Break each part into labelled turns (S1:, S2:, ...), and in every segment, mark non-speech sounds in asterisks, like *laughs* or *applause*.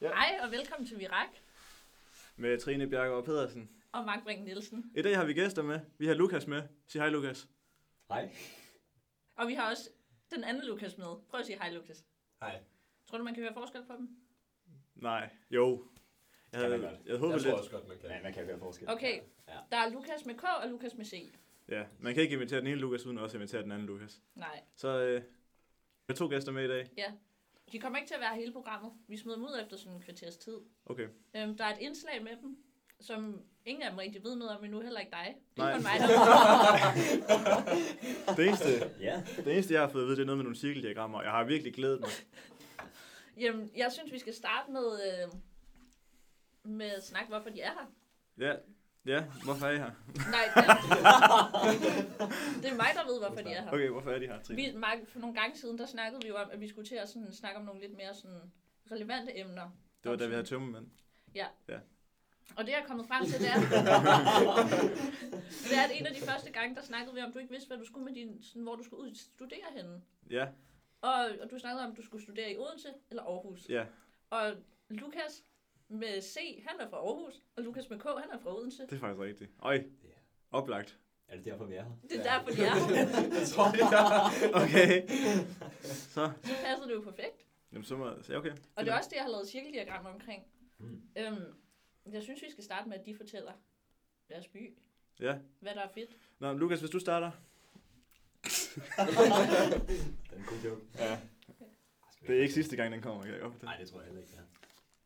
S1: Ja.
S2: Ja. Hej og velkommen til Virak
S1: Med Trine Bjergaard Pedersen.
S2: og Mark Brink Nielsen.
S1: I dag har vi gæster med. Vi har Lukas med. Sig hej, Lukas.
S3: Hej.
S2: Og vi har også den anden Lukas med. Prøv at sige hej, Lukas.
S3: Hej.
S2: Tror du, man kan høre forskel på dem?
S1: Nej, jo. Jeg havde,
S3: Kan man
S1: jeg
S3: godt.
S1: havde håbet
S3: jeg tror
S1: lidt.
S3: også godt, man kan. Ja, man kan gøre forskel.
S2: Okay,
S3: Ja.
S2: der er Lukas med K og Lukas med C.
S1: Ja, man kan ikke invitere den ene Lukas, uden også at invitere den anden Lukas.
S2: Nej,
S1: Så øh, jeg har to gæster med i dag.
S2: de kommer ikke til at være hele programmet. Vi smider dem ud efter sådan en kvarters tid.
S1: Okay.
S2: Øhm, der er et indslag med dem, som ingen af dem rigtig ved noget om endnu, heller ikke dig. Det
S1: Nej.
S2: er kun mig, der
S1: Det eneste,
S3: *laughs* Ja.
S1: det eneste, jeg har fået at vide, det er noget med nogle cirkeldiagrammer. Jeg har virkelig glædet mig.
S2: Jamen, jeg synes, vi skal starte med, øh, med at snakke, hvorfor de er her.
S1: Ja, ja, hvorfor er I her?
S2: Nej, det, det er mig, der ved, hvorfor de er her.
S1: Okay, hvorfor er de her, Trine?
S2: Vi, Mark, for nogle gange siden, der snakkede vi jo om, at vi skulle til at sådan, snakke om nogle lidt mere sådan, relevante emner.
S1: Det var da vi havde tømmermænd.
S2: Og det, jeg er kommet frem til, det er, det er, at en af de første gange, der snakkede vi om, du ikke vidste, hvad du skulle med din, sådan, hvor du skulle ud studere henne.
S1: Ja,
S2: Og, og du snakkede om, at du skulle studere i Odense eller Aarhus.
S1: ja.
S2: Og Lukas med C, han er fra Aarhus, og Lukas med K, han er fra Odense.
S1: Det er faktisk rigtigt. Øj, oplagt.
S3: *laughs* Er det derfor, vi
S1: *laughs*
S3: er her?
S2: Det er derfor, de er her.
S3: Jeg tror, det er.
S1: Okay. Så,
S2: Så passede det jo perfekt.
S1: jamen, så må så okay.
S2: Og det er også det, jeg har lavet cirkeldiagram omkring.
S1: Hmm.
S3: Mm.
S2: Øhm, jeg synes, vi skal starte med, at de fortæller deres by,
S1: Ja.
S2: hvad der er fedt.
S1: Nå, Lukas, hvis du starter.
S3: Den er en god joke.
S1: Ja. Det er ikke sidste gang, den kommer. Kan jeg godt
S3: Nej,
S1: fortælle.
S3: det tror jeg heller ikke. Ja.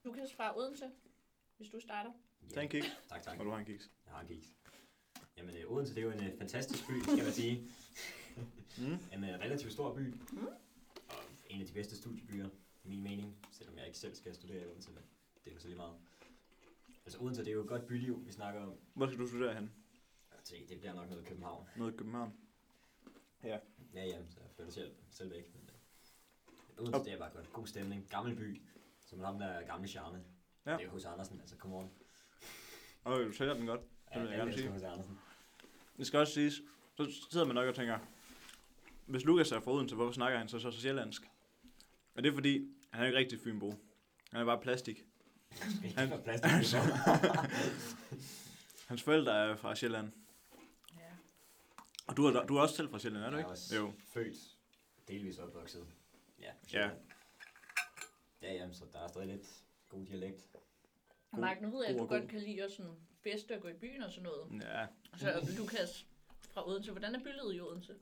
S2: Lukas fra Odense, hvis du starter.
S3: Ja.
S1: Tag en kig,
S3: Tak, tak.
S1: og du har en kiks.
S3: Jeg har en gis. Jamen, øh, Odense, det er jo en øh, fantastisk by, skal man sige. *laughs*
S1: Mm.
S3: En øh, relativt stor by.
S2: Mm.
S3: Og en af de bedste studiebyer, i min mening. Selvom jeg ikke selv skal studere i Odense, men det er jo så lige meget. Altså, Odense, det er jo et godt byliv, vi snakker om.
S1: Hvor skal du studere hen?
S3: Jeg tænker, det bliver nok noget København.
S1: Noget i København.
S3: Ja, ja, så jeg flytter selv, selv væk. Men, øh, Odense,
S1: Og-
S3: det er bare godt. God stemning. Gammel by. Som ham der gamle charme.
S1: Ja.
S3: Ja. Det er jo hos Andersen, altså come on.
S1: Og du sælger den godt.
S3: Ja,
S1: vil jeg gerne
S3: elsker
S1: sige.
S3: H.C.
S1: *laughs*
S3: Andersen.
S1: Det skal også siges, så sidder man nok og tænker, hvis Lukas er fra Odense, hvorfor snakker han så så, så sjællandsk? Og det er fordi, han er jo ikke rigtig fynbo. Han er bare plastik. Han-
S3: Han var
S1: *laughs*
S3: plastik. Altså, det var.
S1: Hans forældre er fra Sjælland.
S2: Ja.
S1: Og du er, du er også selv fra Sjælland, er du
S3: Jeg
S1: ikke?
S3: er også
S1: Jo.
S3: Født. Delvis opvokset. Ja.
S1: Ja.
S3: Ja, ja, så der er stadig lidt god dialekt.
S2: Og Mark, nu ved jeg, at du
S1: god og
S2: godt kan lide også sådan feste og gå i byen og sådan noget.
S1: Ja, Hmm.
S2: Så Lukas fra Odense, hvordan er bylivet i Odense?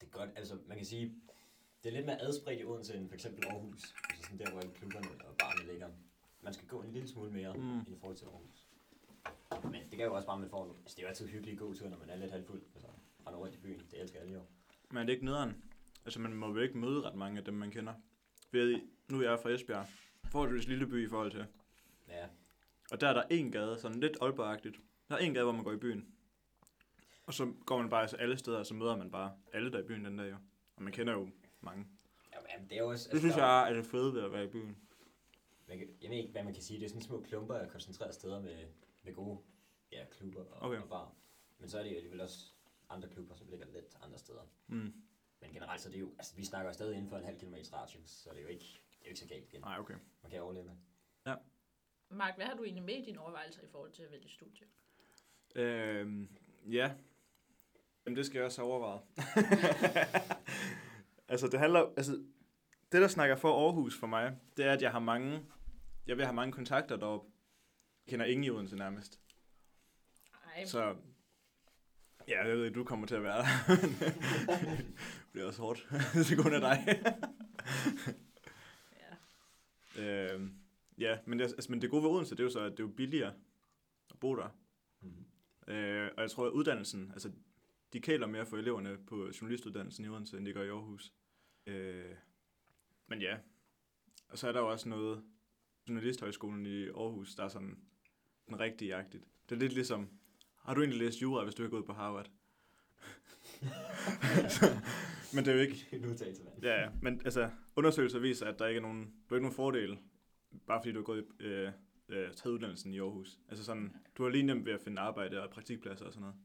S3: Det er godt, altså man kan sige, det er lidt mere adspredt i Odense end for eksempel Aarhus. Altså sådan der, hvor alle klubberne og barne ligger. Man skal gå en lille smule mere
S1: Mm.
S3: mm. end i forhold til Aarhus. Men det kan jo også bare, at man får nogle- altså, det er jo altid hyggelige gode ture, når man er lidt halvfuld. Altså, render rundt i byen, det elsker alle jo.
S1: men er det ikke nederen? Altså, man må jo ikke møde ret mange af dem, man kender. Ved nu er jeg fra Esbjerg. Forholdsvis lille by i forhold til.
S3: Ja,
S1: Og der er der en gade, sådan lidt Aalborg-agtigt. Der er en gade, hvor man går i byen. Og så går man bare altså alle steder, og så møder man bare alle, der er i byen den dag jo. Og man kender jo mange.
S3: Jamen, jamen, det er jo også... altså,
S1: Det synes
S3: der er jo-
S1: jeg Altså, er det fede ved at være i byen.
S3: Man kan, jeg ved ikke, hvad man kan sige. Det er sådan små klumper af koncentrerede steder med, med gode ja, klubber og,
S1: Okay.
S3: okay. og bar. Men så er det jo alligevel også andre klubber, som ligger lidt andre steder.
S1: Mm.
S3: Men generelt så er det jo... Altså, vi snakker stadig inden for en halv kilometer radius, så det er jo ikke, det er jo ikke så galt igen.
S1: Nej, okay.
S3: Man kan overleve det.
S2: Mark, hvad har du egentlig med i dine overvejelser i forhold til at vælge studie?
S1: Øhm, ja. Jamen, det skal jeg også have overvejet. *laughs* altså, det handler... Altså, det, der snakker for Aarhus for mig, det er, at jeg har mange... Jeg vil have mange kontakter deroppe. Jeg kender ingen i Odense nærmest.
S2: Ej,
S1: Så... Ja, jeg ved, du kommer til at være der. *laughs* det bliver også hårdt. *laughs* det kun af dig.
S2: ja.
S1: øhm, ja, men, det, altså, men det gode ved Odense, det er jo så, at det er jo billigere at bo der.
S3: *laughs* Mm-hmm.
S1: Øh, og jeg tror, at uddannelsen, altså, de kæler mere for eleverne på journalistuddannelsen i Odense, end de gør i Aarhus. Øh, men ja, og så er der jo også noget, Journalisthøjskolen i Aarhus, der er sådan den rigtige jagtigt. Det er lidt ligesom, har du egentlig læst jura, hvis du ikke er gået på Harvard? *laughs* men det er jo ikke,
S3: en udtalelse, mand. *laughs*
S1: ja, ja, men altså, undersøgelser viser, at der ikke er nogen, du har ikke nogen fordele, bare fordi du har gået, i- øh, øh, taget uddannelsen i Aarhus. Altså sådan, du har lige nemt ved at finde arbejde og praktikpladser og sådan noget.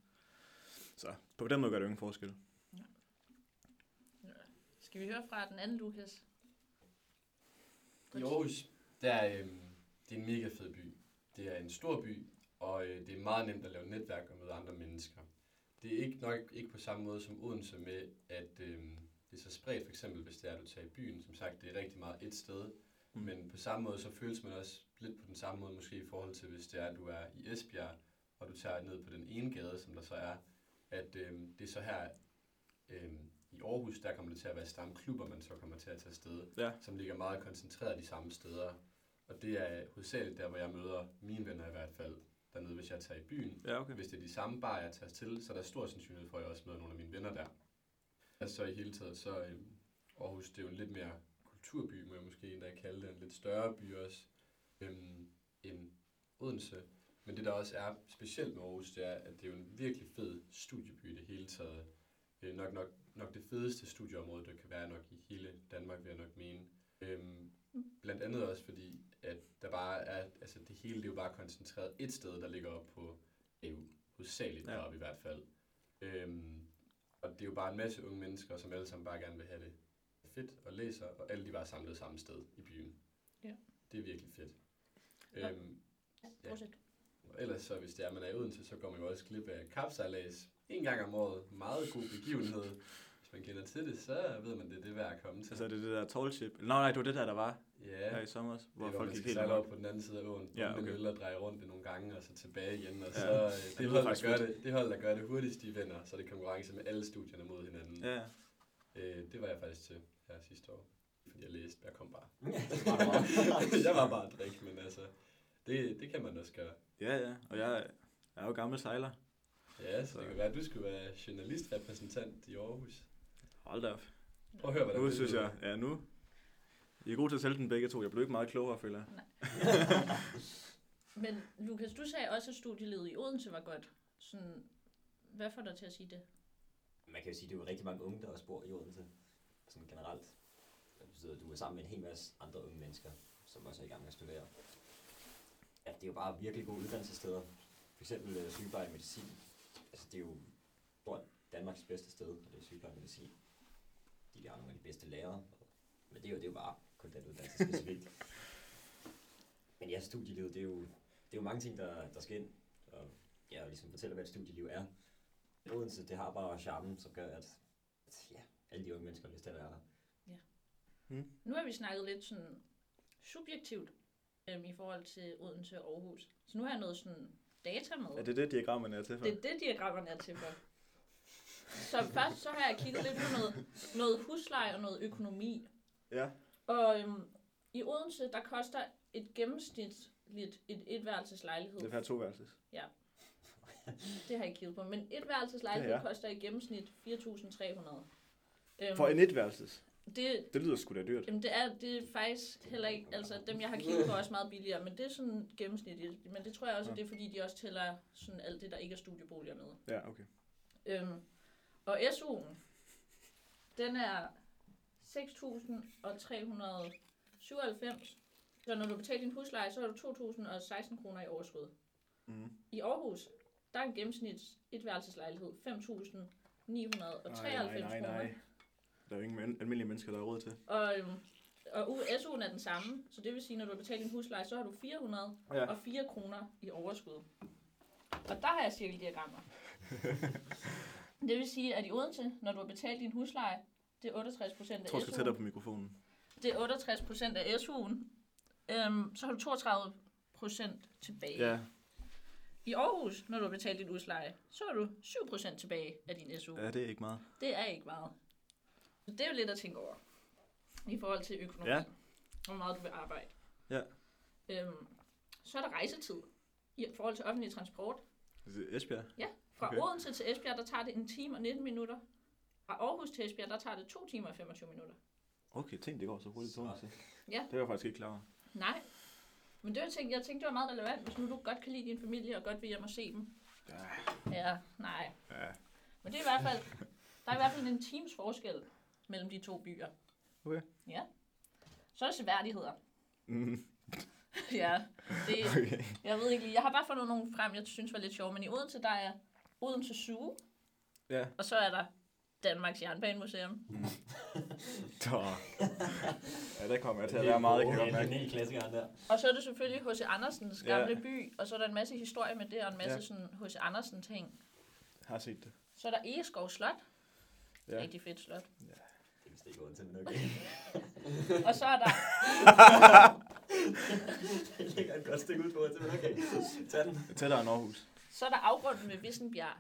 S1: Så på den måde gør det jo ingen forskel.
S2: Skal vi høre fra den anden Lukas?
S4: I Aarhus Der, øh, det er en mega fed by. Det er en stor by, og øh, det er meget nemt at lave netværk og møde andre mennesker. Det er ikke nok ikke på samme måde som Odense med, at øh, det er så spredt, for eksempel hvis det er, at du tager i byen. Som sagt, det er rigtig meget et sted,
S1: Mm.
S4: men på samme måde, så føles man også lidt på den samme måde, måske i forhold til, hvis det er, at du er i Esbjerg, og du tager ned på den ene gade, som der så er, at øh, det er så her øh, i Aarhus, der kommer det til at være stamklubber, man så kommer til at tage sted,
S1: Ja.
S4: som ligger meget koncentreret de samme steder. Og det er hovedsageligt der, hvor jeg møder mine venner i hvert fald, dernede, hvis jeg tager i byen.
S1: Ja, okay.
S4: Hvis det er de samme bar, jeg tager til, så er der stor sandsynlighed for, at jeg også møder nogle af mine venner der. Altså så i hele taget, så øh, Aarhus, det er jo en lidt mere kulturby, må jeg måske endda kalde det, en lidt større by også, øhm, end Odense. Men det der også er specielt med Aarhus, det er, at det er jo en virkelig fed studieby i det hele taget. Øh, nok, nok, nok det fedeste studieområde, der kan være nok i hele Danmark, vil jeg nok mene. Øhm, blandt andet også fordi, at der bare er, altså det hele det er jo bare koncentreret et sted, der ligger op på EU, hovedsageligt
S1: Ja.
S4: ja. deroppe i hvert fald. Øhm, og det er jo bare en masse unge mennesker, som alle sammen bare gerne vil have det fedt og læser, og alle de var samlet samme sted i byen.
S2: Ja.
S4: Det er virkelig fedt.
S2: Ja.
S4: Øhm,
S2: Ja, fortsæt.
S4: og ellers så, hvis det er, man er i Odense, så går man jo også glip af kapsejlads en gang om året. Meget god begivenhed. Hvis man kender til det, så ved man, det er det værd at komme til.
S1: Altså er det det der tall ship? Nå nej, det var det der, der var
S4: ja,
S1: her i sommer, hvor
S4: det er,
S1: folk
S4: man
S1: gik
S4: skal
S1: helt
S4: sejle
S1: amok.
S4: over på den anden side af åen,
S1: Ja,
S4: ja, okay.
S1: okay.
S4: øl og dreje rundt det nogle gange, og så tilbage igen. Og
S1: Ja.
S4: ja. så øh,
S1: det
S4: det,
S1: lyder
S4: hold, der
S1: faktisk
S4: gør
S1: fedt.
S4: det, det hold, der gør det hurtigst, de vinder. Så er det konkurrence med alle studierne mod hinanden.
S1: Ja, ja.
S4: Øh, det var jeg faktisk til her sidste år, fordi jeg læste, jeg kom bare. *laughs*
S3: meget.
S4: jeg var bare at drikke, men altså, det, det kan man også gøre.
S1: ja, ja. Og jeg, er- jeg er jo gammel sejler.
S4: Ja, så
S1: Så-
S4: det kan være, at du skulle være journalistrepræsentant i Aarhus.
S1: Hold da op.
S4: Prøv at høre, hvordan
S1: Nu
S4: det
S1: synes
S4: lyder.
S1: jeg, ja nu. I er gode til at sælge den begge to. Jeg blev ikke meget klogere, føler jeg.
S2: *laughs* Men Lukas, du sagde også, at studielivet i Odense var godt. Sådan, hvad får dig til at sige det?
S3: Man kan jo sige, at det er jo rigtig mange unge, der også bor i Odense. Sådan generelt. Det betyder, at du er sammen med en hel masse andre unge mennesker, som også er i gang med at studere. Ja, det er jo bare virkelig gode uddannelsessteder. For eksempel øh, sygepleje og medicin. Altså, det er jo tror jeg, Danmarks bedste sted, og det er sygepleje og medicin. De har nogle af de bedste lærere. Men det er jo, det er jo bare kun den uddannelse specifikt. Men ja, studielivet, det er jo, det er jo mange ting, der, der skal ind. Og ja, og ligesom fortæller, hvad et studieliv er. Odense, det har bare charmen, som gør, at, at ja, alle de unge mennesker har lyst til at være der.
S2: Nu har vi snakket lidt sådan subjektivt øhm, i forhold til Odense og Aarhus. Så nu har jeg noget sådan data med.
S1: Er det det, diagrammerne er til for?
S2: Det er det, diagrammerne er til for. Så først så har jeg kigget lidt på noget, noget husleje og noget økonomi.
S1: Ja.
S2: Og øhm, i Odense, der koster et gennemsnitligt et etværelseslejlighed.
S1: Det er per toværelses.
S2: Det har jeg ikke kigget på. Men etværelseslejlighed
S1: Ja,
S2: ja,
S1: ja.
S2: koster i gennemsnit 4.300. Øhm,
S1: For en etværelses.
S2: det,
S1: Det lyder sgu da dyrt.
S2: jamen det, er, det er faktisk heller ikke... Altså, dem jeg har kigget på er også meget billigere, men det er sådan gennemsnitligt. Men det tror jeg også,
S1: Ja.
S2: at det er, fordi de også tæller sådan alt det, der ikke er studieboliger med.
S1: Ja, okay.
S2: Øhm, og SU'en, den er 6.397. Så når du betaler din husleje, så har du 2.016 kroner i overskud.
S1: Mm.
S2: I Aarhus, der er en gennemsnits etværelseslejlighed 5.993 kroner.
S1: Der er jo ingen men- almindelige mennesker, der har råd til.
S2: Og, øhm, og u- SU'en er den samme, så det vil sige, at når du har betalt din husleje, så har du 404
S1: Ja.
S2: kroner i overskud. Og der har jeg cirkeldiagrammer.
S1: *laughs*
S2: det vil sige, at i Odense, når du har betalt din husleje, det er 68 procent
S1: Jeg
S2: af
S1: tror, jeg skal tættere
S2: SU'en.
S1: på mikrofonen.
S2: Det er 68 procent af SU'en. Øhm, så har du 32 procent tilbage.
S1: Ja.
S2: I Aarhus, når du har betalt din husleje, så har du 7 procent tilbage af din SU.
S1: ja, det er ikke meget.
S2: Det er ikke meget. Så det er jo lidt at tænke over. I forhold til økonomi.
S1: Ja.
S2: Hvor meget du vil arbejde.
S1: Ja.
S2: Øhm, så er der rejsetid. I forhold til offentlig transport.
S1: Det er Esbjerg?
S2: Fra
S1: Okay.
S2: okay. Odense til Esbjerg, der tager det en time og 19 minutter. Fra Aarhus til Esbjerg, der tager det 2 timer og 25 minutter.
S1: Okay, tænk, det går så hurtigt.
S3: Så.
S1: Så.
S2: Ja.
S1: Det var jeg faktisk ikke klar over.
S2: Nej. Men det var, jeg tænkte, jeg tænkte, det var meget relevant, hvis nu du godt kan lide din familie og godt vil hjem og se dem.
S1: Ja.
S2: Ja, nej.
S1: Ja.
S2: Men det er i hvert fald, der er i hvert fald en times forskel mellem de to byer.
S1: Okay.
S2: Ja. Så er der seværdigheder. *laughs*
S1: Mm.
S2: Ja, det,
S1: Okay.
S2: jeg ved ikke lige. Jeg har bare fundet nogle frem, jeg synes var lidt sjove. Men i Odense, der er Odense Zoo,
S1: Ja.
S2: og så er der Danmarks Jernbanemuseum.
S1: Så. Ja, der kommer jeg til at være meget, kan jeg godt
S3: En
S1: mærke.
S3: hel klassiker der.
S2: Og så er det selvfølgelig H.C. Andersens gamle
S1: Ja.
S2: by, og så er der en masse historie med det, og en masse
S1: Ja.
S2: sådan H.C. Andersen ting.
S1: Har set det.
S2: Så er der Egeskov Slot.
S1: Ja.
S2: Ja. Rigtig fedt slot.
S3: Det er vist ikke Odense, men okay.
S2: Og så er der,
S3: *laughs* Det ligger et godt stykke ud på Odense, men okay. Tag den.
S1: Tættere end Aarhus.
S2: så er der afgrunden ved Vissenbjerg.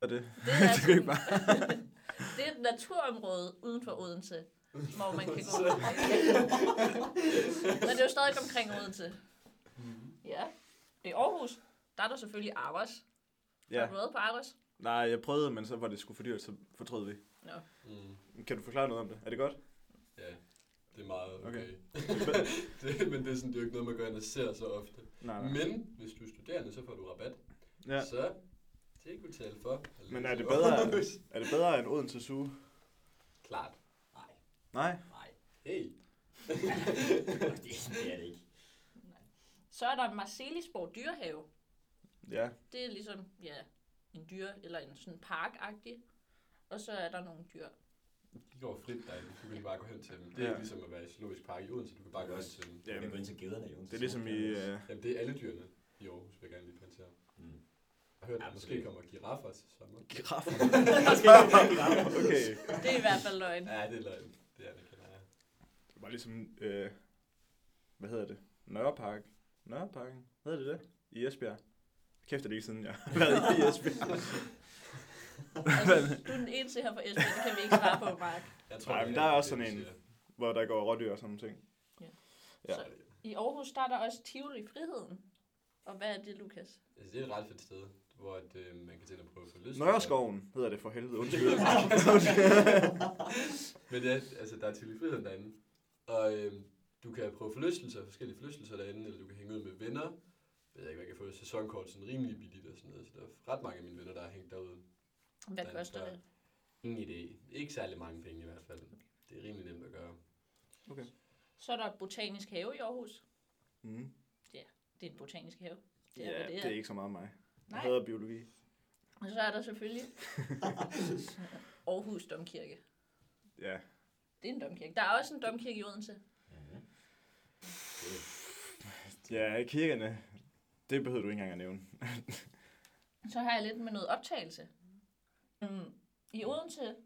S1: Og det,
S2: Det er,
S1: det kan
S2: sådan,
S1: ikke bare.
S2: *laughs* det er et naturområde uden for Odense, hvor man kan gå. Men det er jo stadig omkring Odense. Ja. Det er Aarhus. Der er der selvfølgelig Aros. Ja. Har
S1: Ja.
S2: du været på Aros?
S1: Nej, jeg prøvede, men så var det sgu for dyrt, så fortrød vi.
S4: Mm.
S1: Kan du forklare noget om det? Er det godt?
S4: Ja, det er meget okay.
S1: Okay.
S4: okay. *laughs* det, men det er, sådan, det er jo ikke noget, man går ind og ser så ofte.
S1: Nej, nej.
S4: Men hvis du er studerende, så får du rabat.
S1: Ja.
S4: Så det er ikke betale for. at læse
S1: Men er det
S4: i
S1: bedre,
S4: Aarhus.
S1: er det bedre end Odense Zoo?
S4: *laughs* Klart.
S3: Nej, *laughs*
S1: Nej.
S3: nej.
S4: Hey.
S3: Det, det er det ikke.
S2: Så er der Marcelisborg Dyrehave.
S1: Ja.
S2: Det er ligesom, ja, en dyr eller en sådan parkagtig. Og så er der nogle dyr.
S4: De går frit derinde. Du kan bare gå hen til dem. Det er
S1: Ja.
S4: ja. ligesom at være i zoologisk park i Odense. Du kan bare gå hen
S3: Også.
S4: til dem.
S3: Jeg kan gå
S1: Jamen,
S3: ind til gederne i Odense.
S1: det er ligesom i... *laughs* Øh,
S4: Jamen, det er alle dyrene i Aarhus, vil jeg gerne lige pointere.
S3: Mm.
S4: Jeg har hørt, at
S3: Absolut.
S4: der måske kommer giraffer til sommer.
S1: giraffer. *laughs*
S3: Måske ikke rigtig ramt.
S1: Okay.
S2: Det er i hvert fald løgn.
S4: Ja, det er løgn. Det er det, kender jeg.
S1: Det var ligesom... Øh, hvad hedder det? Nørrepark. Nørreparken? Hedder det det? I Esbjerg. Kæft, det er lige siden, jeg har været i Esbjerg.
S2: *laughs* Altså, du er den eneste her fra Esbjerg, det kan vi ikke svare *laughs* på, Mark.
S4: jeg
S1: Nej,
S4: det
S1: men
S4: er
S1: der er
S4: det,
S1: også
S4: du
S1: sådan en-
S4: siger.
S1: Hvor der går rådyr og sådan nogle ting. Ja.
S2: Så I Aarhus der er der også Tivoli Friheden. Og hvad er det, Lukas?
S4: Altså, det er et ret fedt sted, hvor at, øh, man kan tænde og prøve at få lyst.
S1: Nørreskoven hedder det for helvede. *laughs* Undskyld.
S4: *laughs* Men ja, altså, der er til friheden derinde. Og øh, du kan prøve forlystelser, forskellige forlystelser derinde, eller du kan hænge ud med venner. Jeg ved ikke, hvad jeg kan få sæsonkort sådan rimelig billigt og sådan noget. Så der er ret mange af mine venner, der har hængt derude.
S2: Hvad
S4: Ja,
S2: koster
S4: der-
S2: det?
S4: Ingen idé. Ikke særlig mange penge i hvert fald. Det er rimelig nemt at gøre.
S2: Så er der Botanisk Have i Aarhus.
S1: Mm.
S2: Det er en botanisk have. Det er,
S1: Ja,
S2: hvad det er.
S1: det er ikke så meget mig. Jeg
S2: Nej.
S1: hader biologi.
S2: Og så er der selvfølgelig Aarhus Domkirke.
S1: Ja.
S2: Det er en domkirke. Der er også en domkirke i Odense.
S3: Mhm.
S1: Ja, kirkerne. Det behøver du ikke engang at nævne.
S2: Så har jeg lidt med noget optagelse. Mm. I Odense,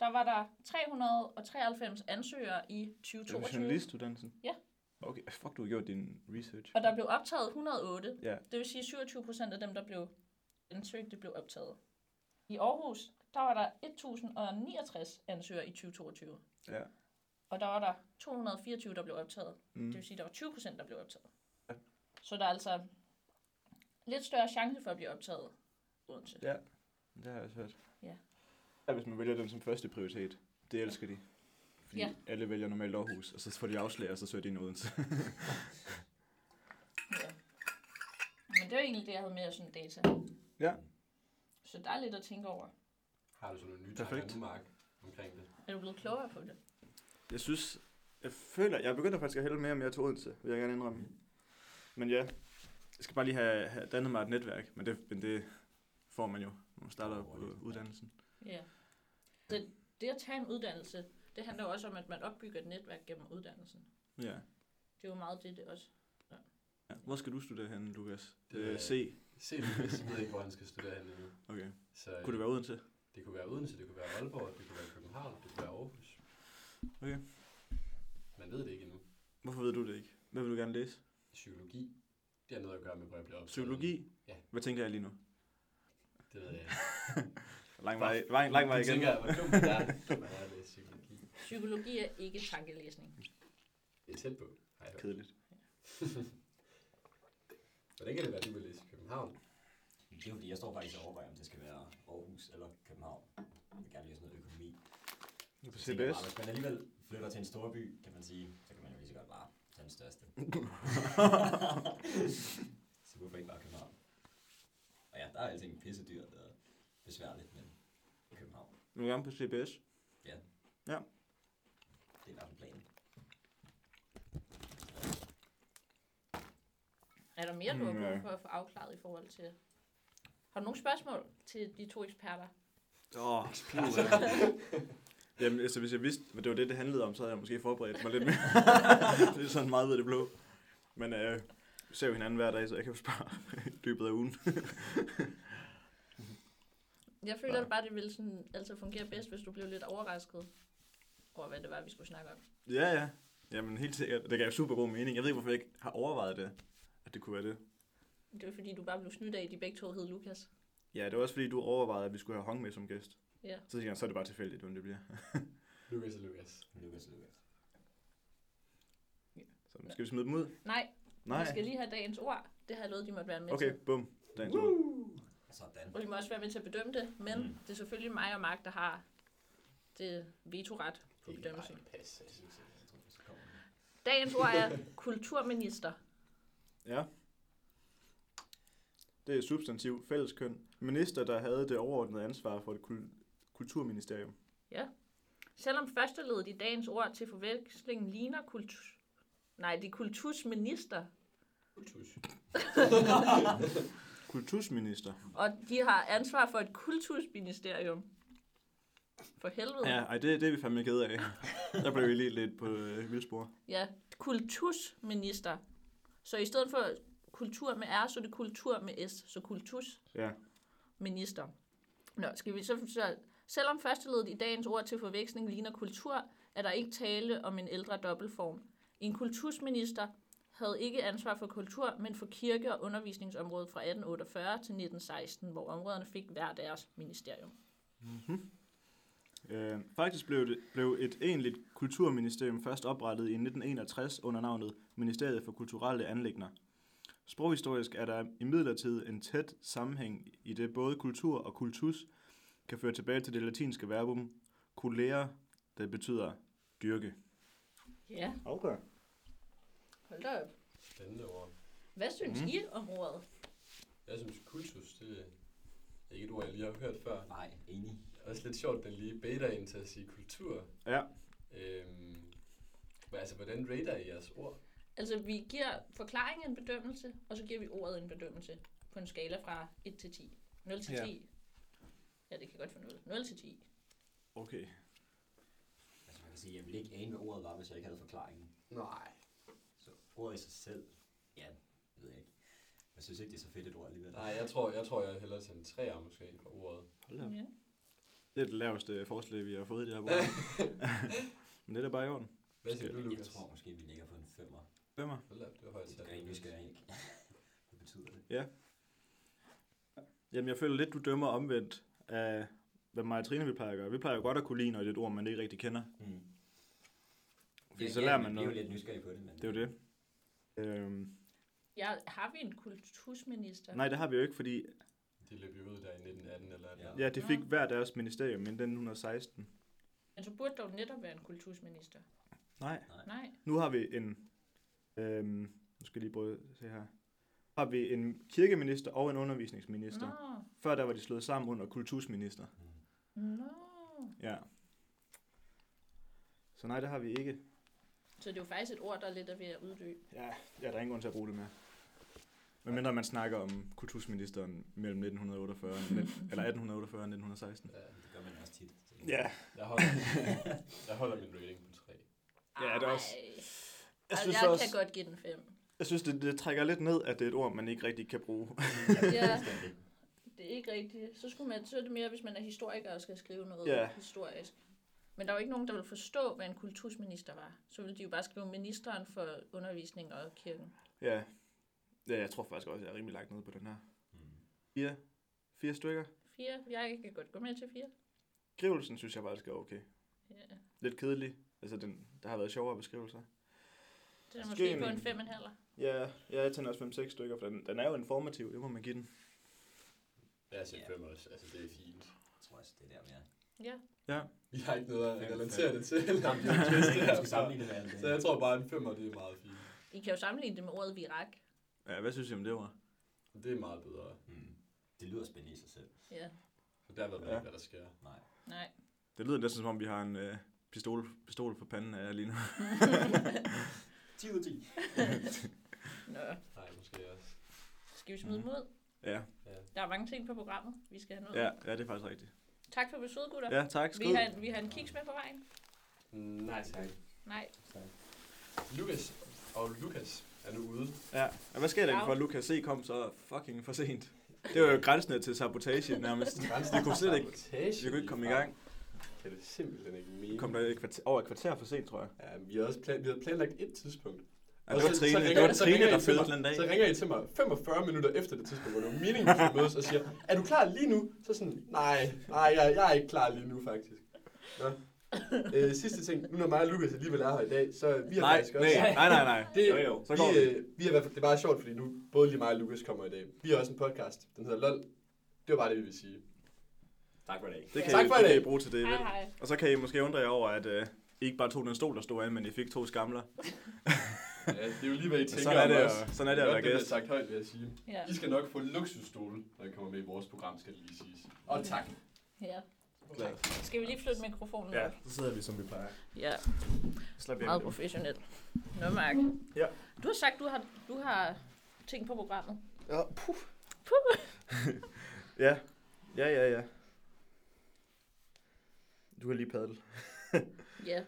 S2: der var der 393 ansøgere i
S1: Er du
S2: 2022.
S1: journalistuddannelsen?
S2: Ja.
S1: Okay, fuck, du har gjort din research.
S2: Og der blev optaget 108.
S1: Ja.
S2: Det vil sige, at 27 procent af dem, der blev ansøgt, det blev optaget. I Aarhus, der var der 1069 ansøgere i 2022.
S1: Ja.
S2: Og der var der 224, der blev optaget.
S1: Mm.
S2: Det vil sige, at der var 20 procent, der blev optaget. Så der er altså lidt større chance for at blive optaget. Odense.
S1: Ja. Det har jeg også hørt.
S2: Ja.
S1: ja. Hvis man vælger den som første prioritet, det elsker de. Fordi
S2: Ja.
S1: alle vælger normalt Aarhus, og så får de afslag, og så søger de en Odense.
S2: Ja. Men det var egentlig det, jeg havde med af sådan data.
S1: Ja.
S2: Så der er lidt at tænke over.
S4: Har du sådan nogle nye
S1: Perfekt.
S4: tanker nu, Mark, omkring det?
S2: Er du blevet klogere på det?
S1: jeg synes, jeg føler, jeg begynder faktisk at hælde mere og mere til Odense, vil jeg gerne indrømme. Men ja, jeg skal bare lige have, have dannet mig et netværk, men det, men det får man jo, når man starter på
S3: Hurtigt.
S1: uddannelsen.
S2: Ja. Det, det at tage en uddannelse, det handler jo også om, at man opbygger et netværk gennem uddannelsen.
S1: Ja.
S2: Det er jo meget det, det også.
S1: ja. Hvor skal du studere henne, Lukas?
S4: Det er-
S1: Øh, C.
S4: Se, Lukas, jeg ved ikke, hvor han skal studere henne nu.
S1: Okay.
S4: Så øh,
S1: Kunne det være Odense?
S4: det kunne være Odense, det kunne være Aalborg, det kunne være København, det kunne være Aarhus.
S1: Okay.
S4: Man ved det ikke endnu.
S1: Hvorfor ved du det ikke? Hvad vil du gerne læse?
S4: Psykologi, det har noget at gøre med, hvor jeg bliver optaget.
S1: Psykologi?
S4: Ja.
S1: Hvad tænker jeg lige nu?
S4: Det ved jeg ikke.
S1: Lang vej, lang, lang vej
S4: Nu
S1: igen.
S4: tænker jeg, hvor dumt det er, når man er at læse psykologi.
S2: Psykologi er ikke tankelæsning.
S4: Det er tæt på, har jeg hørt.
S1: Kedeligt.
S4: Hvordan kan det være, at du vil læse i København?
S3: Det er jo fordi, jeg står faktisk og overvejer, om det skal være Aarhus eller København. Jeg vil gerne læse noget økonomi.
S1: Du på
S3: Så tænker jeg
S1: CBS.
S3: bare, Hvis man alligevel flytter til en stor by, kan man sige, så kan man jo lige så godt bare tage den største. så hvorfor ikke bare København? Og ja, der er alting pisse dyrt og besværligt, men København,
S1: Nu er jeg på CBS.
S3: det er i hvert fald planen.
S2: Er der mere, du har
S1: Mm, ja.
S2: brug for at få afklaret i forhold til... Har du nogle spørgsmål til de to eksperter?
S1: Åh, *laughs* Jamen, altså, hvis jeg vidste, at det var det, det handlede om, så havde jeg måske forberedt mig lidt mere. det er sådan meget ved det blå. Men øh, vi ser jo hinanden hver dag, så jeg kan jo spare dybet af ugen.
S2: Jeg føler
S1: Ja.
S2: bare, det ville sådan, altså fungere bedst, hvis du blev lidt overrasket over, hvad det var, vi skulle snakke om.
S1: Ja, ja. Jamen, helt sikkert. Det gav super god mening. Jeg ved ikke, hvorfor jeg ikke har overvejet det, at det kunne være det.
S2: Det var fordi, du bare blev snydt af, at de begge to hed Lukas.
S1: Ja, det var også fordi, du overvejede, at vi skulle have Hong med som gæst.
S2: Ja.
S1: Så tænkte jeg, så er det bare tilfældigt, hvem det bliver.
S4: Lukas og Lukas.
S3: Lukas, Lukas.
S1: Så skal vi smide dem ud?
S2: Nej, Nej, vi skal
S1: Nej.
S2: lige have dagens ord. Det har jeg lovet, de måtte være med
S1: Okay,
S2: til.
S1: bum. Dagens ord.
S3: Sådan.
S2: Og de må også være med til at bedømme det, men
S3: Mm.
S2: mm. det er selvfølgelig mig og Mark, der har det vetoret på bedømmelsen.
S4: Ej, pas.
S3: Jeg synes, jeg tror, så kommer den.
S2: Dagens ord
S3: *laughs*
S2: er kulturminister.
S1: Ja. Det er substantiv fælleskøn. Minister, der havde det overordnede ansvar for et kul- kulturministerium.
S2: Selvom førsteledet i dagens ord til forveksling ligner kultus... Nej, det er kultusminister,
S4: Kultus.
S1: Kultusminister.
S2: og de har ansvar for et kultusministerium. For helvede.
S1: Ja, ej, det, det er vi fandme ked af. Der blev vi lige lidt på øh, vildspor.
S2: ja kultusminister. Så i stedet for kultur med R, så er det kultur med S, så kultus.
S1: Ja.
S2: minister. Nå, skal vi så, så selvom førsteledet i dagens ord til forveksling ligner kultur, er der ikke tale om en ældre dobbeltform. En kultusminister havde ikke ansvar for kultur, men for kirke- og undervisningsområdet fra 1848 til 1916, hvor områderne fik hver deres ministerium.
S1: Mm-hmm. Øh, faktisk blev, det, blev et egentligt kulturministerium først oprettet i 1961 under navnet Ministeriet for Kulturelle Anlægner. Sproghistorisk er der imidlertid en tæt sammenhæng i det både kultur og kultus kan føre tilbage til det latinske verbum kulere, der betyder dyrke.
S2: Ja,
S1: Okay.
S2: hold da op.
S4: Spændende ord.
S2: Hvad synes
S1: Mm.
S2: mm. I om ordet?
S4: Jeg synes, kultus, det er ikke et ord, jeg lige har hørt før.
S3: Nej, enig.
S4: Også lidt sjovt, den lige beta ind til at sige kultur.
S1: Ja.
S4: Øhm, men altså, hvordan rater I jeres ord?
S2: Altså, vi giver forklaringen en bedømmelse, og så giver vi ordet en bedømmelse på en skala fra 1 til 10. 0 til 10.
S1: Ja.
S2: Ja, ja det kan godt få 0. 0 til 10.
S1: Okay.
S3: Altså man kan sige, jeg ville ikke ane, hvad ordet var, hvis jeg ikke havde forklaringen.
S4: Nej.
S3: Så ordet i sig selv, ja, det ved jeg ikke. Jeg synes ikke, det er så fedt et ord alligevel.
S4: Nej, jeg tror, jeg, tror, jeg hellere til en træer måske på ordet.
S1: Hold da. op.
S2: Ja.
S1: Det er det laveste forslag, vi har fået i det her program. Men det er da bare i orden.
S4: Hvad siger du,
S3: jeg, jeg
S4: Lukas?
S3: tror måske, vi ligger på en femmer.
S1: Femmer.
S4: Hold da op, det var højt
S3: Det
S4: sat.
S3: er rent
S4: Lukas.
S3: nysgerrig, ikke? Hvad betyder det?
S1: Jamen, jeg føler lidt, du dømmer omvendt af, hvad mig og Trine vi plejer at gøre. Vi plejer jo godt at kunne lide, når det er et ord, man ikke rigtig kender.
S3: Mm.
S1: Fordi så lærer man
S3: Jeg
S1: noget.
S3: er jo lidt nysgerrig på det, men
S1: Det er jo det. Øhm,
S2: Ja, har vi en kultusminister?
S1: nej, det har vi jo ikke, fordi
S4: De løb jo ud der i 1918 eller
S3: Ja.
S4: ja.
S1: ja, de fik hver deres ministerium, men den 116.
S2: Men så Altså, burde der jo netop være en kultusminister.
S1: Nej.
S2: Nej.
S1: Nu har vi en... Øhm, nu skal jeg lige prøve at se her. Nu har vi en kirkeminister og en undervisningsminister.
S2: Nå.
S1: Før der var de slået sammen under kultusminister.
S3: Mm.
S2: Nå.
S1: Ja. Så nej, det har vi ikke.
S2: Så det er jo faktisk et ord, der er lidt er ved at uddø.
S1: Ja, ja der er ingen grund til at bruge det mere. Men mindre man snakker om kultusministeren mellem 1948 og nitten- eller 1848 og 1916.
S4: Ja.
S3: det gør man også tit. Så-
S1: *laughs* Ja,
S4: Jeg holder,
S1: *laughs*
S4: jeg holder min rating på 3.
S1: Ja, det er også-
S2: Ej.
S1: jeg
S2: Altså,
S1: synes,
S2: jeg
S1: også,
S2: kan godt give den 5.
S1: jeg synes det, det trækker lidt ned, at det er et ord, man ikke rigtig kan bruge. *laughs*
S2: Ja.
S3: fuldstændig.
S2: Det er ikke rigtigt. Så, skulle man, så er det mere, hvis man er historiker og skal skrive noget
S1: Ja.
S2: historisk. Men der var ikke nogen, der ville forstå, hvad en kultusminister var. Så ville de jo bare skrive ministeren for undervisning og kirken.
S1: Ja. ja, jeg tror faktisk også, jeg er rimelig langt ned på den her.
S3: Mm.
S1: Fire, fire stykker.
S2: Fire. Jeg kan godt gå med til fire.
S1: Skrivelsen synes jeg faktisk er okay.
S2: Ja.
S1: Lidt kedelig. Altså, den, der har været sjovere beskrivelser.
S2: Det er
S1: Måske
S2: måske på
S1: en-
S2: en fem og en halv.
S1: Ja, ja jeg tænder også 5-6 stykker, for den, den er jo informativ, det må man give den.
S4: Jeg siger
S3: Ja.
S4: 5 også, altså det er fint.
S3: Jeg tror også, det er der mere.
S2: Ja.
S4: Vi har ikke noget
S1: Fem,
S4: at relatere det til.
S3: Jamen, det er
S4: *laughs*
S3: jo ikke, jeg skal
S4: herfra.
S3: sammenligne med alt det.
S4: Så jeg tror bare, en 5'er, det er meget fint.
S2: I kan jo sammenligne det med ordet virak.
S1: Ja, hvad synes I om det ord?
S4: Det er meget bedre.
S3: Mm. Det lyder spændende i sig selv.
S2: Ja.
S4: For der ved man
S1: Ja.
S4: ikke, hvad der sker.
S3: Nej.
S2: Nej.
S1: *laughs* Det lyder næsten som om, vi har en øh, pistol, pistol for panden af jer lige nu.
S3: 10 ud af 10.
S2: Nå.
S4: Nej, måske også.
S2: Skal vi smide
S1: Mhm.
S2: mod?
S1: Ja,
S4: Ja.
S2: Der er mange ting på programmet, vi skal have nået.
S1: ja, ja, det er faktisk rigtigt.
S2: Tak for besøget, gutter.
S1: Ja, tak.
S2: vi,
S1: Skål.
S2: har, vi har en kiks med på vejen.
S4: Nej, tak.
S2: Nej.
S3: Tak.
S4: Lukas og Lukas er nu ude.
S1: Ja. Og hvad sker der egentlig for, at Lukas C. kom så fucking for sent? Det var jo grænsen til sabotage nærmest.
S4: *laughs* Grænsen
S1: Vi kunne slet ikke-
S4: sabotage
S1: Vi kunne ikke komme i gang.
S4: Det er det simpelthen ikke
S1: Vi
S4: meningen.
S1: kom der et kvarter, over et kvarter for sent, tror jeg.
S4: Ja, Øhm, vi har også plan, vi havde planlagt et tidspunkt.
S1: Ja,
S4: Og
S1: det var
S4: så- så
S1: Trine,
S4: ringer-
S1: det var
S4: så
S1: Trine
S4: ringer
S1: der
S4: I til
S1: følte
S4: mig-
S1: den dag.
S4: Så ringer I til mig 45 minutter efter det tidspunkt, hvor det var meningen, vi skulle mødes, og siger, er du klar lige nu? Så sådan, nej, nej, jeg, jeg er ikke klar lige nu, faktisk. Nå. Øh, sidste ting, nu når mig og Lukas alligevel er her i dag, så vi har
S1: Nej,
S4: faktisk også...
S1: nej, nej, nej, nej.
S4: Det,
S1: Jo, jo. Så går
S4: vi,
S1: vi.
S4: øh, vi er, i hvert fald- det er bare sjovt, fordi nu både lige mig og Lukas kommer i dag. Vi har også en podcast, den hedder LOL. Det var bare det, vi ville sige.
S3: Tak for i dag.
S1: Det kan,
S4: Tak
S1: I,
S4: for i
S1: det kan
S4: dag.
S1: I bruge til det. I
S2: Hej,
S1: vil.
S2: hej.
S1: Og så kan I måske undre jer over, at øh, I ikke bare tog den stol, der stod af, men I fik to skamler.
S4: Ja, det er jo lige, hvad I tænker
S1: sådan er det
S4: om
S1: at-
S4: os.
S1: sådan er det at
S4: Godt,
S1: være
S4: bliver
S1: gæst.
S4: sagt højt, vil jeg sige.
S2: Ja.
S4: I skal nok få luksusstole, når I kommer med i vores program, skal det lige siges.
S1: Mm.
S4: Og tak.
S2: ja. Skal vi lige flytte mikrofonen
S1: Ja,
S2: op?
S1: så sidder vi, som vi plejer.
S2: Ja,
S1: Slap jer
S2: meget
S1: med det.
S2: professionelt. Nå, Mark.
S1: Ja.
S2: Du har sagt, du har, du har ting på programmet.
S1: Ja, puh. *laughs* ja, ja, ja, ja. Du kan lige padle.
S2: Ja.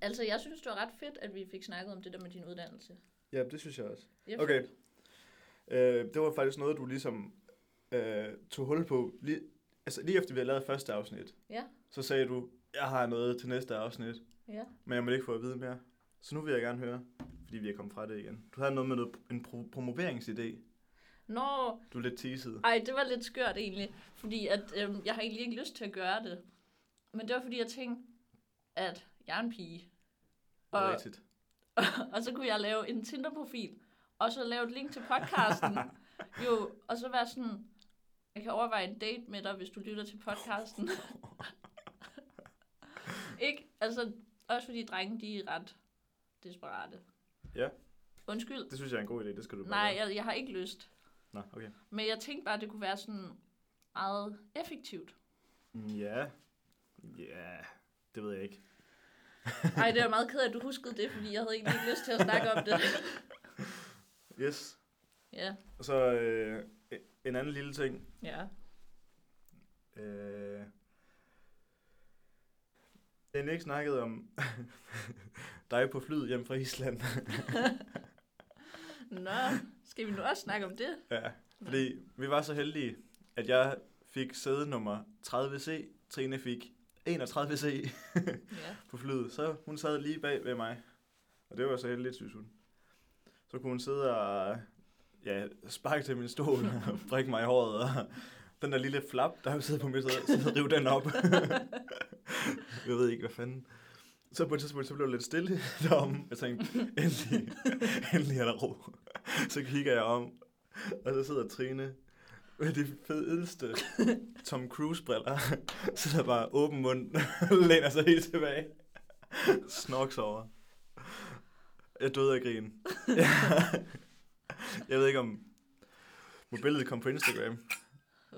S2: Altså, jeg synes, det var ret fedt, at vi fik snakket om det der med din uddannelse.
S1: Ja, det synes jeg også.
S2: Jeg
S1: Okay. Øh, det var faktisk noget, du ligesom øh, tog hul på. Lige, altså, lige efter vi havde lavet første afsnit,
S2: Ja.
S1: så sagde du, jeg har noget til næste afsnit,
S2: Ja.
S1: men jeg må ikke få at vide mere. Så nu vil jeg gerne høre, fordi vi er kommet fra det igen. Du havde noget med noget, en pro- promoveringsidé.
S2: Nå,
S1: Du er lidt teaset.
S2: ej, det var lidt skørt egentlig, fordi at, øhm, jeg har egentlig ikke lyst til at gøre det. Men det var, fordi jeg tænkte, at jeg er en pige. Og,
S1: Rigtigt.
S2: og så kunne jeg lave en Tinder-profil, og så lave et link til podcasten. jo, og så være sådan, jeg kan overveje en date med dig, hvis du lytter til
S1: *laughs*
S2: podcasten. ikke? Altså, også fordi drenge, de er ret desperate.
S1: Ja.
S2: Undskyld.
S1: Det synes jeg er en god idé, det skal du bare
S2: Nej,
S1: gøre.
S2: jeg, jeg har ikke lyst.
S1: Nå, okay.
S2: Men jeg tænkte bare, at det kunne være sådan meget effektivt.
S1: Mm, Ja. Ja, det ved jeg ikke.
S2: Nej, det er jeg meget ked af, at du huskede det, fordi jeg havde egentlig ikke lyst til at snakke
S1: *laughs*
S2: om det.
S1: Yes.
S2: Ja,
S1: Og så øh, en anden lille ting.
S2: ja.
S1: Øh... Den ikke snakket om *laughs* dig på flyet hjem fra Island. *laughs*
S2: Nå, skal vi nu også snakke om det?
S1: ja, fordi vi var så heldige, at jeg fik sæde nummer 30C. Trine fik 31C
S2: Ja.
S1: på flyet. Så hun sad lige bag ved mig. Og det var så heldigt, synes hun. Så kunne hun sidde og ja, sparke til min stol og *laughs* prikke mig i håret. Og den der lille flap, der sidder på mit sæde, så rive den op. *laughs* jeg ved ikke, hvad fanden. Så på et tidspunkt, så blev det lidt stille *laughs* derom. Jeg tænkte, endelig, *laughs* endelig er der ro. *laughs* Så kigger jeg om, og så sidder Trine med de fedeste Tom Cruise-briller. *laughs* Så der bare åben mund *laughs* læner sig helt tilbage. Snoks over. Jeg døde af grin. jeg ved ikke om... Må billedet kom på Instagram.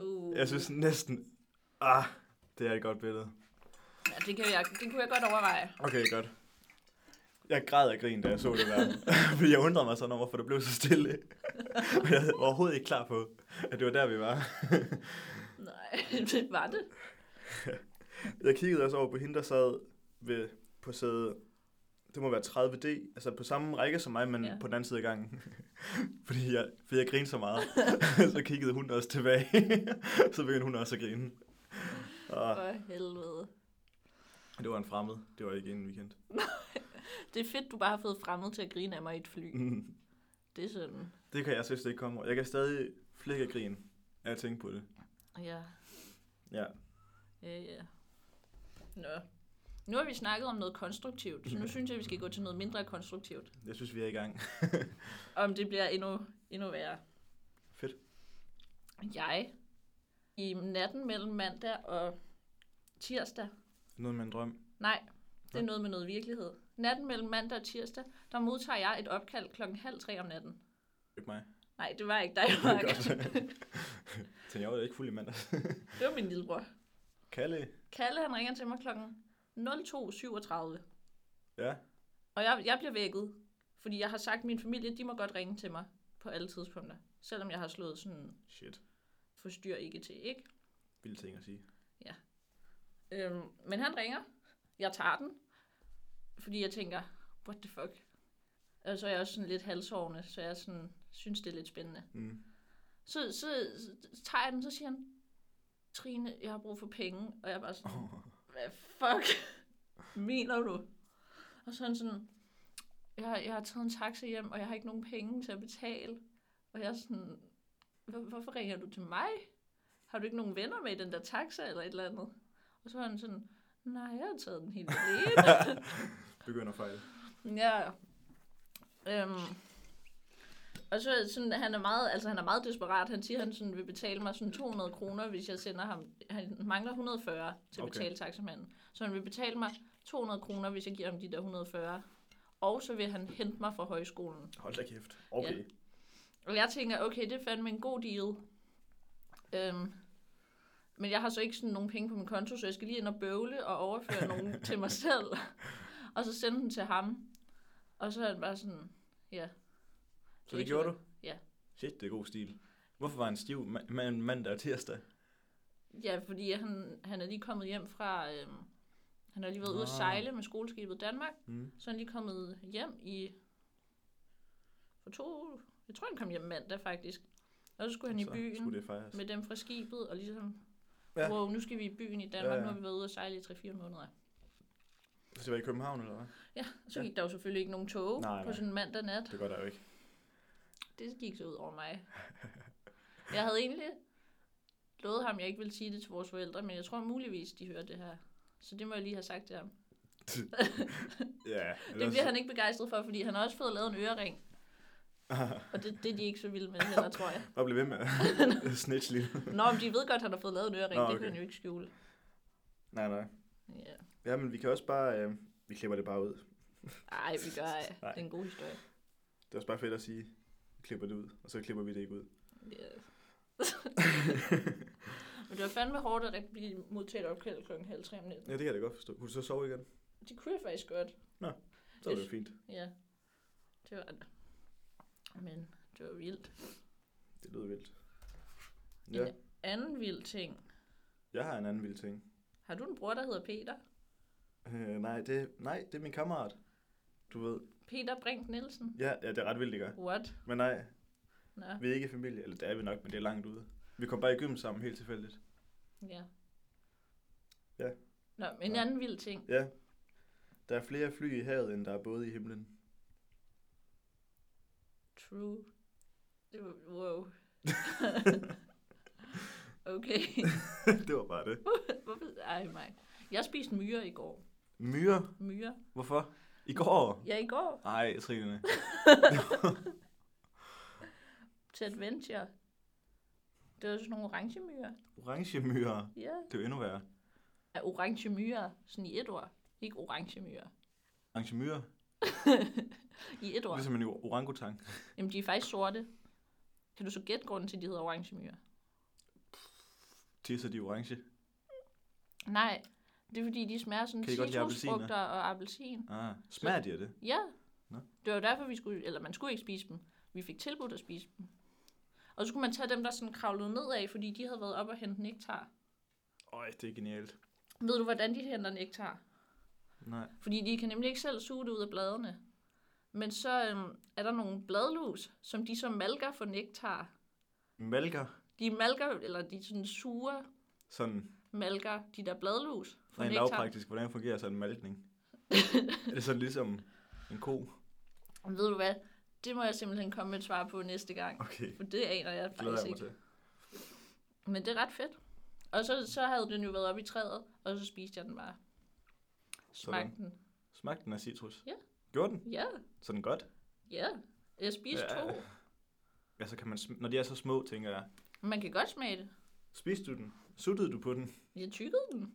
S2: Uh.
S1: Jeg synes næsten... Ah, det er et godt billede.
S2: Ja, det, kan jeg, det kunne jeg godt overveje.
S1: Okay, godt. Jeg græd af grin, da jeg så det der. *laughs* Fordi jeg undrede mig sådan over, hvorfor det blev så stille. *laughs* Og jeg var overhovedet ikke klar på, at det var der, vi var.
S2: Nej, *laughs* det var det.
S1: Jeg kiggede også over på hende, der sad ved, på sæde, det må være 30D, altså på samme række som mig, men
S2: Ja.
S1: ja. på den anden side af gangen. *laughs* fordi, jeg, fordi jeg grinede så meget. så kiggede hun også tilbage. *laughs* så begyndte hun også at grine. Og
S2: For helvede.
S1: det var en fremmed. Det var ikke en weekend. *laughs*
S2: Det er fedt, du bare har fået fremmed til at grine af mig i et fly.
S1: Mm.
S2: Det er sådan,
S1: Det kan jeg slet ikke komme over. Jeg kan stadig flække af grin, af at tænke på det.
S2: ja,
S1: Ja.
S2: ja, ja. Nå. Nu har vi snakket om noget konstruktivt, så
S1: Mm.
S2: nu synes jeg, vi skal gå til noget mindre konstruktivt.
S1: Jeg synes, vi er i gang.
S2: Om det bliver endnu, endnu værre.
S1: Fedt.
S2: Jeg, i natten mellem mandag og tirsdag,
S1: Noget med en drøm.
S2: Nej, det er
S1: Nå.
S2: noget med noget virkelighed. Natten mellem mandag og tirsdag, der modtager jeg et opkald klokken halv tre om natten.
S1: Ikke mig.
S2: Nej, det var ikke dig,
S1: er
S2: Mark.
S1: Så jeg var da ikke fuld i mandags.
S2: *laughs* det var min lillebror.
S1: Kalle.
S2: Kalle, han ringer til mig klokken 02.37.
S1: Ja.
S2: Og jeg, jeg bliver vækket, fordi jeg har sagt, at min familie, de må godt ringe til mig på alle tidspunkter. Selvom jeg har slået sådan,
S1: Shit.
S2: forstyr ikke til, ikke?
S1: Vilde ting at sige.
S2: Øhm, men han ringer. Jeg tager den. Fordi jeg tænker, what the fuck? Og så er jeg også sådan lidt halsårende, så jeg sådan, synes, det er lidt spændende.
S1: Mm.
S2: Så, så, så tager jeg den, så siger han, Trine, jeg har brug for penge. Og jeg er bare sådan,
S1: Oh.
S2: hvad fuck mener du? Og så er han sådan, jeg, har- jeg har taget en taxa hjem, og jeg har ikke nogen penge til at betale. Og jeg er sådan, "Hvor- hvorfor ringer du til mig? Har du ikke nogen venner med i den der taxa eller et eller andet? Og så er han sådan, nej, jeg har taget den helt alene.
S1: Begynder at fejle.
S2: ja. Øhm. Og så er sådan, han er meget, altså han er meget desperat. Han siger, han sådan, vil betale mig sådan 200 kroner, hvis jeg sender ham. Han mangler 140 til at
S1: Okay.
S2: okay. betale taxamanden. Så han vil betale mig 200 kroner, hvis jeg giver ham de der 140. Og så vil han hente mig fra højskolen.
S1: Hold da kæft. Okay. Ja.
S2: Og jeg tænker, okay, det er fandme en god deal. Øhm, men jeg har så ikke sådan nogen penge på min konto, så jeg skal lige ind og bøvle og overføre
S1: *laughs*
S2: nogen til mig selv. Og så sende den til ham. Og så er han bare sådan, ja.
S1: Så det gjorde du?
S2: Ja.
S1: Shit, det er god stil. Hvorfor var han stiv ma- ma- mandag og tirsdag?
S2: Ja, fordi han, han er lige kommet hjem fra... Øhm, han har lige været ude at
S1: Ah.
S2: sejle med skoleskibet Danmark.
S1: Mm.
S2: Så er han lige kommet hjem i... For to... Jeg tror, han kom hjem mandag, faktisk. Og så skulle han
S1: så
S2: i byen.
S1: Altså, skulle det fejres.
S2: med dem fra skibet, og ligesom,
S1: Ja.
S2: ja. wow, nu skal vi i byen i Danmark,
S1: Ja,
S2: ja, ja.
S1: ja.
S2: nu har vi været ude og sejle i 3-4 måneder.
S1: Så det var i København, eller hvad?
S2: Ja, og så
S1: Ja.
S2: gik der jo selvfølgelig ikke nogen tog
S1: Nej,
S2: nej,
S1: nej.
S2: på sådan en mandag nat.
S1: Det gør der jo ikke.
S2: Det gik så ud over mig. Jeg havde egentlig lovet ham, jeg ikke ville sige det til vores forældre, men jeg tror muligvis, de hører det her. Så det må jeg lige have sagt til ham.
S1: Ja.
S2: Det bliver han ikke begejstret for, fordi han har også fået lavet en
S1: *laughs*
S2: ørering. Og det, det er de ikke så vilde med heller, tror jeg.
S1: Bare blive ved med *laughs* at snitch lige.
S2: Nå, men de ved godt, at han har fået lavet en ørering.
S1: Nå,
S2: Nå, okay. Det
S1: okay.
S2: kan han jo ikke skjule.
S1: Nej, nej.
S2: Ja.
S1: Ja, men vi kan også bare... Øh, vi klipper det bare ud.
S2: Ej, vi gør ej. Det
S1: Nej.
S2: er en god historie.
S1: Det er også bare fedt at sige, vi klipper det ud, og så klipper vi det ikke ud.
S2: Ja. *laughs* Men det var fandme hårdt at rigtig blive modtaget opkaldt klokken halv tre om
S1: Ja,
S2: natten.
S1: det kan jeg da godt forstå. Kunne du så sove igen?
S2: De kunne jeg faktisk godt.
S1: Så er det jo fint.
S2: Ja. Det var Men det var vildt.
S1: Det lyder vildt. Ja,
S2: Anden vild ting.
S1: jeg har en anden vild ting.
S2: Har du en bror, der hedder Peter?
S1: Øh, nej, det, nej, det er min kammerat. Du ved.
S2: Peter Brink Nielsen?
S1: Ja, ja, det er ret vildt, det gør.
S2: What?
S1: Men nej,
S2: Nå,
S1: vi er ikke familie. Eller det er vi nok, men det er langt ude. Vi kom bare i gym sammen helt tilfældigt.
S2: ja.
S1: Ja.
S2: Nå, en
S1: Nå.
S2: anden vild ting.
S1: Ja. Der er flere fly i havet, end der er både i himlen. *laughs*
S2: True. Det var, wow. *laughs*
S1: *laughs*
S2: okay.
S1: det var bare det.
S2: Hvorfor? Ej, mig. Jeg spiste myre i går.
S1: Myre?
S2: Myre?
S1: Hvorfor? I går?
S2: Ja, i går.
S1: Ej, Trine.
S2: til Adventure. Det var sådan nogle orange myrer.
S1: Orange myre.
S2: Ja.
S1: Det er jo endnu værre.
S2: Er orange myrer sådan i et ord? Ikke orange myrer.
S1: Orange myre.
S2: I et ord.
S1: Ligesom en orangutang.
S2: Jamen, de er faktisk sorte. Kan du så gætte grunden til, at de hedder orange myrer?
S1: Tisser de orange?
S2: Nej, det er fordi, de smager sådan
S1: Kan de godt lide appelsiner?
S2: citrusfrugter og appelsin.
S1: Ah, smager de af det?
S2: Ja.
S1: Nå.
S2: Det var jo derfor, vi skulle, eller man skulle ikke spise dem. Vi fik tilbudt at spise dem. Og så skulle man tage dem, der sådan kravlede nedad, fordi de havde været op og hentet nektar.
S1: Øj, det er genialt.
S2: Ved du, hvordan de henter nektar?
S1: Nej.
S2: Fordi de kan nemlig ikke selv suge det ud af bladene. Men så øhm, er der nogle bladlus, som de så malker for nektar.
S1: Malker.
S2: De malker, eller de sådan sure
S1: Sådan,
S2: malker de der bladlus for
S1: rent
S2: nektar.
S1: lavpraktisk, hvordan fungerer sådan en *laughs* malkning? er det sådan ligesom en ko?
S2: Og ved du hvad? Det må jeg simpelthen komme med et svar på næste gang.
S1: Okay,
S2: For det aner jeg
S1: glæder
S2: faktisk
S1: jeg mig
S2: ikke.
S1: til.
S2: Men det er ret fedt. Og så, så havde den jo været op i træet, og så spiste jeg den bare.
S1: Sådan.
S2: Smagte den.
S1: Smagte den af citrus?
S2: Ja.
S1: Gjorde den?
S2: Ja,
S1: Sådan godt?
S2: ja. Jeg spiste
S1: Ja.
S2: to.
S1: Ja, så kan man, sm- når de er så små, tænker jeg,
S2: Man kan godt smage det.
S1: spiste du den? Suttede du på den?
S2: Jeg tykkede den.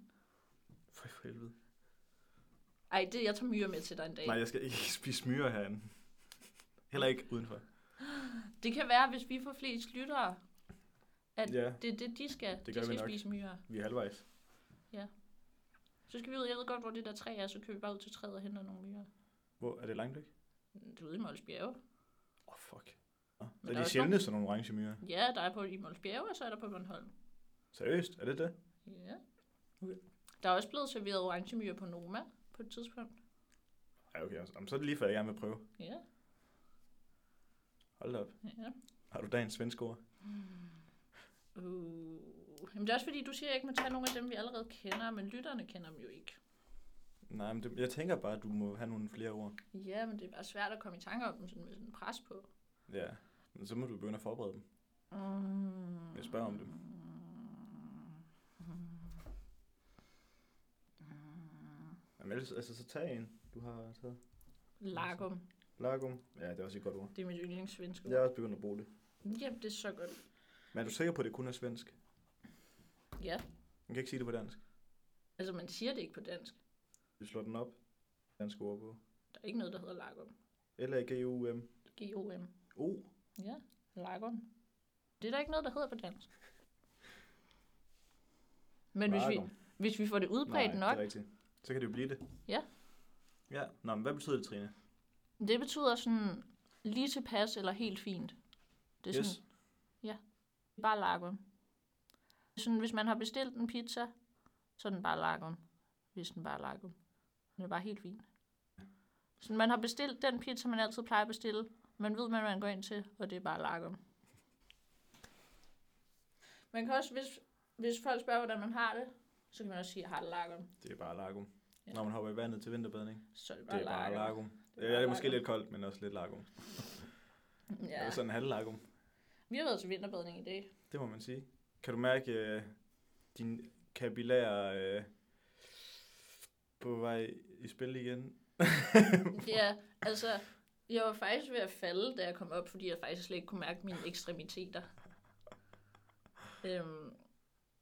S1: For, for helvede.
S2: Ej, det, jeg tager myre med til dig en dag.
S1: Nej, jeg skal ikke *laughs* spise myrer herinde. Heller ikke udenfor.
S2: Det kan være, hvis vi får flest lyttere, at
S1: Ja.
S2: det er det, de skal.
S1: Det gør
S2: de
S1: vi
S2: skal
S1: nok.
S2: spise myrer.
S1: Vi er halvvejs.
S2: Så skal vi ud. Jeg ved godt, hvor det der træ er, så kører vi bare ud til træet og henter nogle myrer.
S1: Hvor er det langt, ikke?
S2: Det er ude i Mols Bjerge.
S1: Åh, oh, fuck. Nå,
S2: Men der
S1: er
S2: er
S1: de
S2: også
S1: sjældne, sådan nogle orange myrer?
S2: Ja, der er på i Mols Bjerge, og så er der på Bornholm.
S1: Seriøst, er det det?
S2: Ja.
S1: Okay.
S2: Der er også blevet serveret orange myre på Noma på et tidspunkt.
S1: Ja, okay. altså, Jamen, så er det lige før, jeg gerne vil prøve.
S2: Ja,
S1: Hold da op.
S2: ja.
S1: Har du dagens svenske ord?
S2: Uh. Jamen, det er også fordi, du siger, at jeg ikke må tage nogle af dem, vi allerede kender, men lytterne kender dem jo ikke.
S1: Nej, men det, jeg tænker bare, at du må have nogle flere ord.
S2: Ja, men det er bare svært at komme i tanke om dem, sådan med sådan pres på.
S1: Ja. Men så må du begynde at forberede dem.
S2: Mm.
S1: Jeg spørger om dem. Jamen, ellers, altså, så tag en, du har taget.
S2: Lagum.
S1: Lagum. Ja, det er også et godt ord.
S2: Det er mit yndlingssvenske.
S1: Jeg er også begyndt at bruge det.
S2: Jamen, det er så godt.
S1: Men er du sikker på, at det kun er svensk?
S2: Ja.
S1: Man kan ikke sige det på dansk.
S2: Altså, man siger det ikke på dansk.
S1: Du slår den op. Dansk ord på.
S2: Der er ikke noget, der hedder lagum.
S1: l a g u m
S2: G-O-M.
S1: o
S2: Ja, lagum. Det er der ikke noget, der hedder på dansk. Men hvis vi, hvis vi får det udbredt
S1: Nej, det
S2: nok,
S1: er rigtigt. Så kan det jo blive det.
S2: Ja.
S1: Ja, Nå, men hvad betyder det, Trine?
S2: det betyder sådan lige tilpas eller helt fint. Det er sådan,
S1: Yes.
S2: Bare lagum. Sådan, hvis man har bestilt en pizza, så er den bare lagum. Hvis den bare er lagum. Den er bare helt fin. Så man har bestilt den pizza, man altid plejer at bestille. Man ved, hvad man går ind til, og det er bare lagum. Man kan også, hvis, hvis folk spørger, hvordan man har det, så kan man også sige, jeg har det lagum.
S1: Det er bare largum.
S2: Ja.
S1: Ja. Når man hopper i vandet til vinterbadning.
S2: Så er det bare
S1: Det er bare
S2: lagum.
S1: largum.
S2: Det er
S1: Ja, det er
S2: bare
S1: måske
S2: lagum.
S1: lidt koldt, men også lidt largum. Ja.
S2: Ja.
S1: Eller sådan en halv largum.
S2: Vi har været til vinterbadning i dag.
S1: Det må man sige. Kan du mærke øh, din kapillære øh, på vej i spil igen?
S2: Ja, altså, jeg var faktisk ved at falde, da jeg kom op, fordi jeg faktisk slet ikke kunne mærke mine ekstremiteter. Øhm,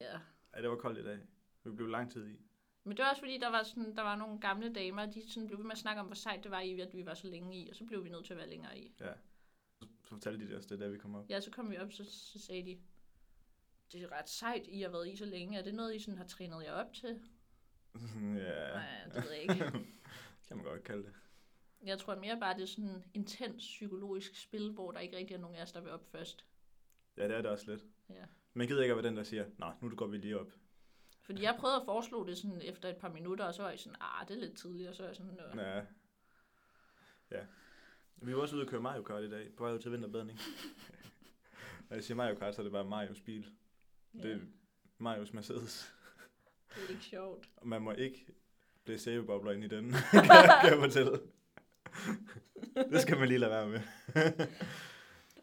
S2: ja.
S1: Ja, det var koldt i dag. Vi blev lang tid i.
S2: Men det var også fordi, der var, sådan, der var nogle gamle damer, de sådan blev ved med at snakke om, hvor sejt det var i, at vi var så længe i, og så blev vi nødt til at være længere i.
S1: Så fortalte de det også det, da vi kom op. *laughs*
S2: Ja, så kom vi op, så, så sagde de, det er ret sejt, I har været i så længe. Er det noget, I sådan har trænet jer op til? Ja.
S1: ja,
S2: Nej, det ved jeg ikke.
S1: kan man godt kalde det.
S2: Jeg tror mere bare, det er sådan en intens psykologisk spil, hvor der ikke rigtig er nogen af os, der vil op først.
S1: Ja, det er det også lidt.
S2: Ja.
S1: Man gider ikke at være den, der siger, nej, nu går vi lige op.
S2: Fordi jeg prøvede at foreslå det sådan efter et par minutter, og så var jeg sådan, ah, det er lidt tidligt, og så var jeg sådan, Nå.
S1: Ja. ja. Vi var også ude at køre Mario Kart i dag, på vej ud
S2: *laughs*
S1: til vinterbadning. Når jeg siger Mario Kart, så er det bare Marios bil.
S2: Ja,
S1: Ja. Det er Marios Mercedes.
S2: det er ikke sjovt.
S1: Og man må ikke blive sæbebobler ind i den, *laughs* kan jeg, kan jeg fortælle. det skal man lige lade være med.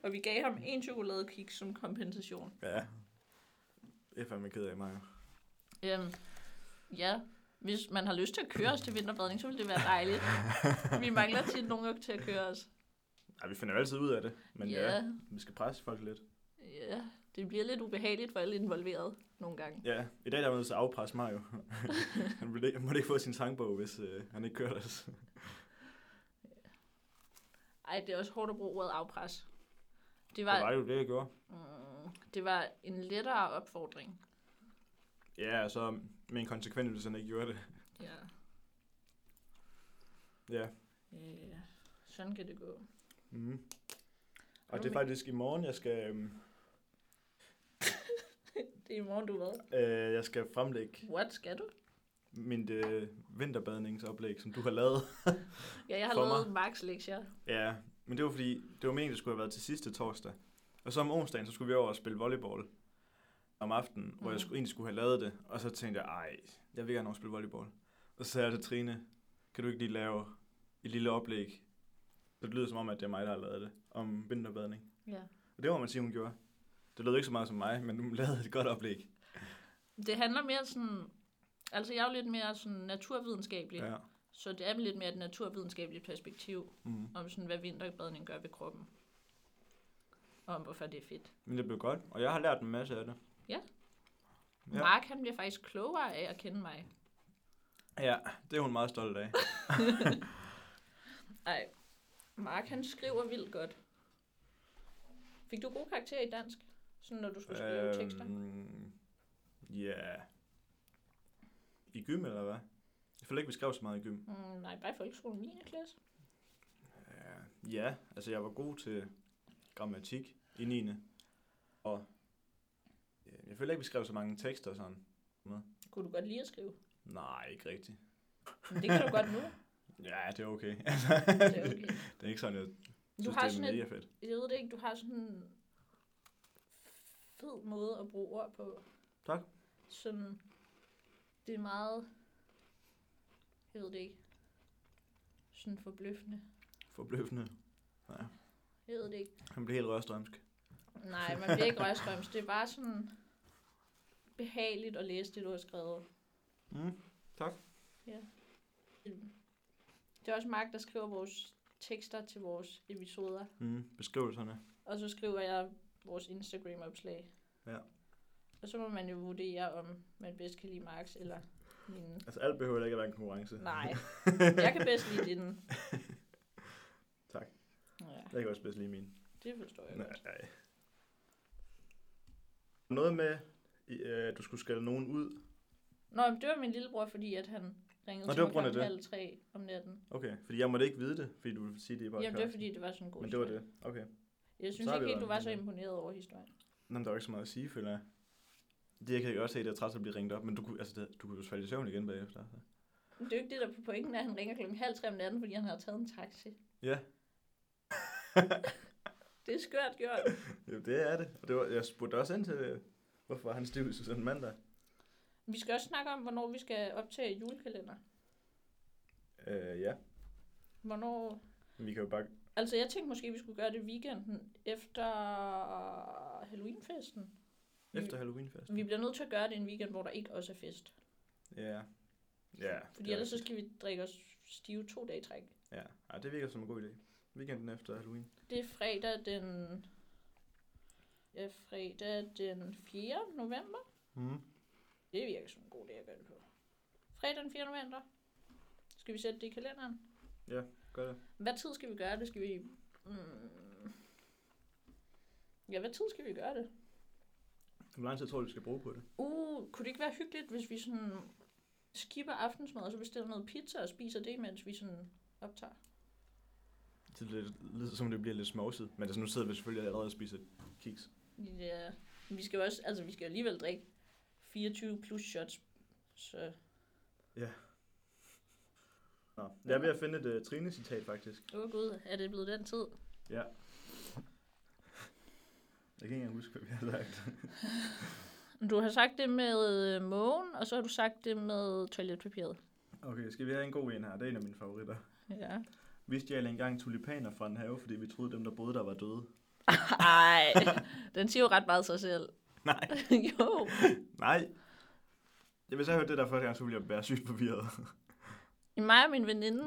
S2: Og vi gav ham en chokoladekiks som kompensation.
S1: Ja. Jeg er fandme ked af Mario.
S2: Øhm, ja, hvis man har lyst til at køre os til vinterbadning, så ville det være
S1: *laughs*
S2: dejligt. Vi mangler tit nogen til at køre os.
S1: Ja, vi finder jo altid ud af det, men ja. ja.
S2: ja,
S1: vi skal presse folk lidt.
S2: ja, det bliver lidt ubehageligt for alle involverede nogle gange.
S1: Ja, i dag der er man nødt til at afpresse *laughs* Mario. han ville ikke- måtte ikke få sin sangbog, hvis øh, han ikke kørte os.
S2: Ej, det er også hårdt at bruge ordet afpres. Det
S1: Det var
S2: var,
S1: jo det, jeg gjorde.
S2: mm, det var en lettere opfordring.
S1: Ja, og så med en konsekvens, hvis han ikke gjorde det.
S2: Ja.
S1: Ja.
S2: Øh, sådan kan det gå.
S1: Mm.
S2: Har
S1: Og
S2: du
S1: det
S2: med-
S1: er faktisk i morgen, jeg skal, øhm,
S2: Det er i morgen, du hvad?
S1: øh, jeg skal fremlægge
S2: What skal du?
S1: mit øh, vinterbadningsoplæg, som du har lavet.
S2: Ja, jeg har
S1: For
S2: lavet Max lektier.
S1: ja, men det var fordi, det var meningen, det skulle have været til sidste torsdag. Og så om onsdagen, så skulle vi over og spille volleyball om aftenen, mm. hvor
S2: Mhm.
S1: jeg skulle, egentlig skulle have lavet det. Og så tænkte jeg, ej, jeg vil gerne over og spille volleyball. Og så sagde jeg til Trine, kan du ikke lige lave et lille oplæg? Så det lyder som om, at det er mig, der har lavet det, om vinterbadning.
S2: Ja.
S1: Og det må man sige, hun gjorde. Det lød ikke så meget som mig, men hun *laughs* lavede et godt oplæg.
S2: Det handler mere sådan... Altså, jeg er jo lidt mere sådan naturvidenskabelig.
S1: Ja.
S2: Så det er lidt mere et naturvidenskabeligt perspektiv,
S1: Mm.
S2: om sådan, hvad vinterbadning gør ved kroppen. Og om hvorfor det er fedt.
S1: Men det blev godt, og jeg har lært en masse af det.
S2: Ja. Ja.
S1: Ja.
S2: Mark, han bliver faktisk klogere af at kende mig.
S1: Ja, det er hun meget
S2: *laughs*
S1: stolt af.
S2: Ej, Mark, han skriver vildt godt. Fik du gode karakterer i dansk? Sådan, når du skulle skrive øhm, tekster?
S1: Øhm, Ja. I gym, eller hvad? Jeg føler ikke, vi skrev så meget i gym.
S2: Mm, nej, bare i folkeskolen 9. klasse.
S1: Ja, ja altså jeg var god til grammatik i 9. Og øh, jeg føler ikke, vi skrev så mange tekster sådan.
S2: Kunne du godt lide at skrive?
S1: Nej, ikke rigtigt.
S2: Men det kan du godt nu.
S1: Ja, det er okay. *laughs*
S2: Det er okay.
S1: det er ikke sådan, jeg
S2: Du
S1: synes,
S2: har
S1: det er
S2: sådan et,
S1: mega fedt.
S2: jeg ved det ikke, du har sådan en fed måde at bruge ord på.
S1: Tak.
S2: Sådan, det er meget, jeg ved det ikke, sådan forbløffende.
S1: Forbløffende. Nej,
S2: Jeg ved det ikke.
S1: han bliver helt rørstrømsk.
S2: Nej, man bliver ikke røgstrøms. Det er bare sådan behageligt at læse det, du har skrevet.
S1: Mm.
S2: Det er også Mark, der skriver vores tekster til vores episoder.
S1: Mm. Beskrivelserne.
S2: Og så skriver jeg vores Instagram-opslag.
S1: Ja.
S2: Og så må man jo vurdere, om man bedst kan lide Marks eller
S1: *laughs*
S2: mine.
S1: Altså alt behøver ikke at være en konkurrence.
S2: Nej, jeg kan bedst lide din.
S1: *laughs* Tak.
S2: Ja,
S1: Jeg kan også bedst lide min.
S2: det forstår jeg godt.
S1: Nej. Noget med, i- øh, at du skulle skælde nogen ud.
S2: Nå, men det var min lillebror, fordi at han ringede
S1: Nå,
S2: til
S1: det var
S2: mig
S1: på grund
S2: klokken
S1: af det.
S2: halv tre om natten.
S1: Okay, fordi jeg måtte ikke vide det, fordi du ville sige det i podcast.
S2: Jamen, det var fordi, det var sådan en god
S1: Men det var
S2: historie.
S1: det. Okay.
S2: Jeg synes
S1: Så har
S2: ikke
S1: vi
S2: helt,
S1: været
S2: du var så
S1: omkring
S2: imponeret over historien.
S1: Nå, men der var ikke så meget at sige, føler jeg. Det jeg kan jeg godt se, at jeg er træt af at blive ringet op, men du kunne, altså, det- du kunne jo falde i søvn igen bagefter. så.
S2: Men det er jo ikke det, der er pointen er, at han ringer klokken halv tre om natten, fordi han har taget en taxi.
S1: Ja.
S2: Det er skørt gjort.
S1: Jo, det er det. Og det var, jeg spurgte også ind til, øh, hvorfor var han stiv sådan en mandag?
S2: Vi skal også snakke om, hvornår vi skal optage julekalender.
S1: Øh, ja.
S2: Hvornår...
S1: Men vi kan jo bare...
S2: Altså, jeg tænkte måske, vi skulle gøre det weekenden efter Halloweenfesten.
S1: Efter Halloweenfest.
S2: Vi bliver nødt til at gøre det en weekend, hvor der ikke også er fest.
S1: Ja. Ja.
S2: Fordi
S1: det er
S2: ellers så
S1: rigtigt.
S2: skal vi drikke os stive to dage i træk.
S1: Ja, Ej, det virker som en god idé. Weekenden efter Halloween.
S2: Det er fredag den... Ja, fredag den 4. november.
S1: Mm.
S2: Det virker som en god dag at gøre det på. Fredag den 4. november. Skal vi sætte det i kalenderen?
S1: Gør det.
S2: Hvad tid skal vi gøre det? Skal vi... Mm... Ja, hvad tid skal vi gøre det?
S1: Hvor lang tid tror du, vi skal bruge på det?
S2: Uh, kunne det ikke være hyggeligt, hvis vi sådan skipper aftensmad, og så bestiller noget pizza og spiser det, mens vi sådan optager?
S1: Det lyder lidt, som det bliver lidt småset. Men altså, nu sidder vi selvfølgelig allerede og spiser kiks.
S2: Ja, men vi skal jo også, altså vi skal jo alligevel drikke 24 plus shots, så
S1: Nå, jeg er ved at finde et uh, Trine-citat, faktisk.
S2: åh oh, gud, er det blevet den tid?
S1: Ja. Jeg kan ikke engang huske, hvad vi har sagt.
S2: Du har sagt det med øh, mågen, og så har du sagt det med toiletpapiret.
S1: Okay, skal vi have en god en her? Det er en af mine favoritter.
S2: Ja.
S1: Vi stjal engang tulipaner fra en have, fordi vi troede, dem, der boede der, var døde.
S2: *laughs* Ej, den siger jo ret meget sig selv.
S1: *laughs* Nej.
S2: *laughs* jo.
S1: Nej. Ja, hvis jeg hørte det der første gang, så ville jeg være sygt forvirret.
S2: *laughs* I mig og min veninde,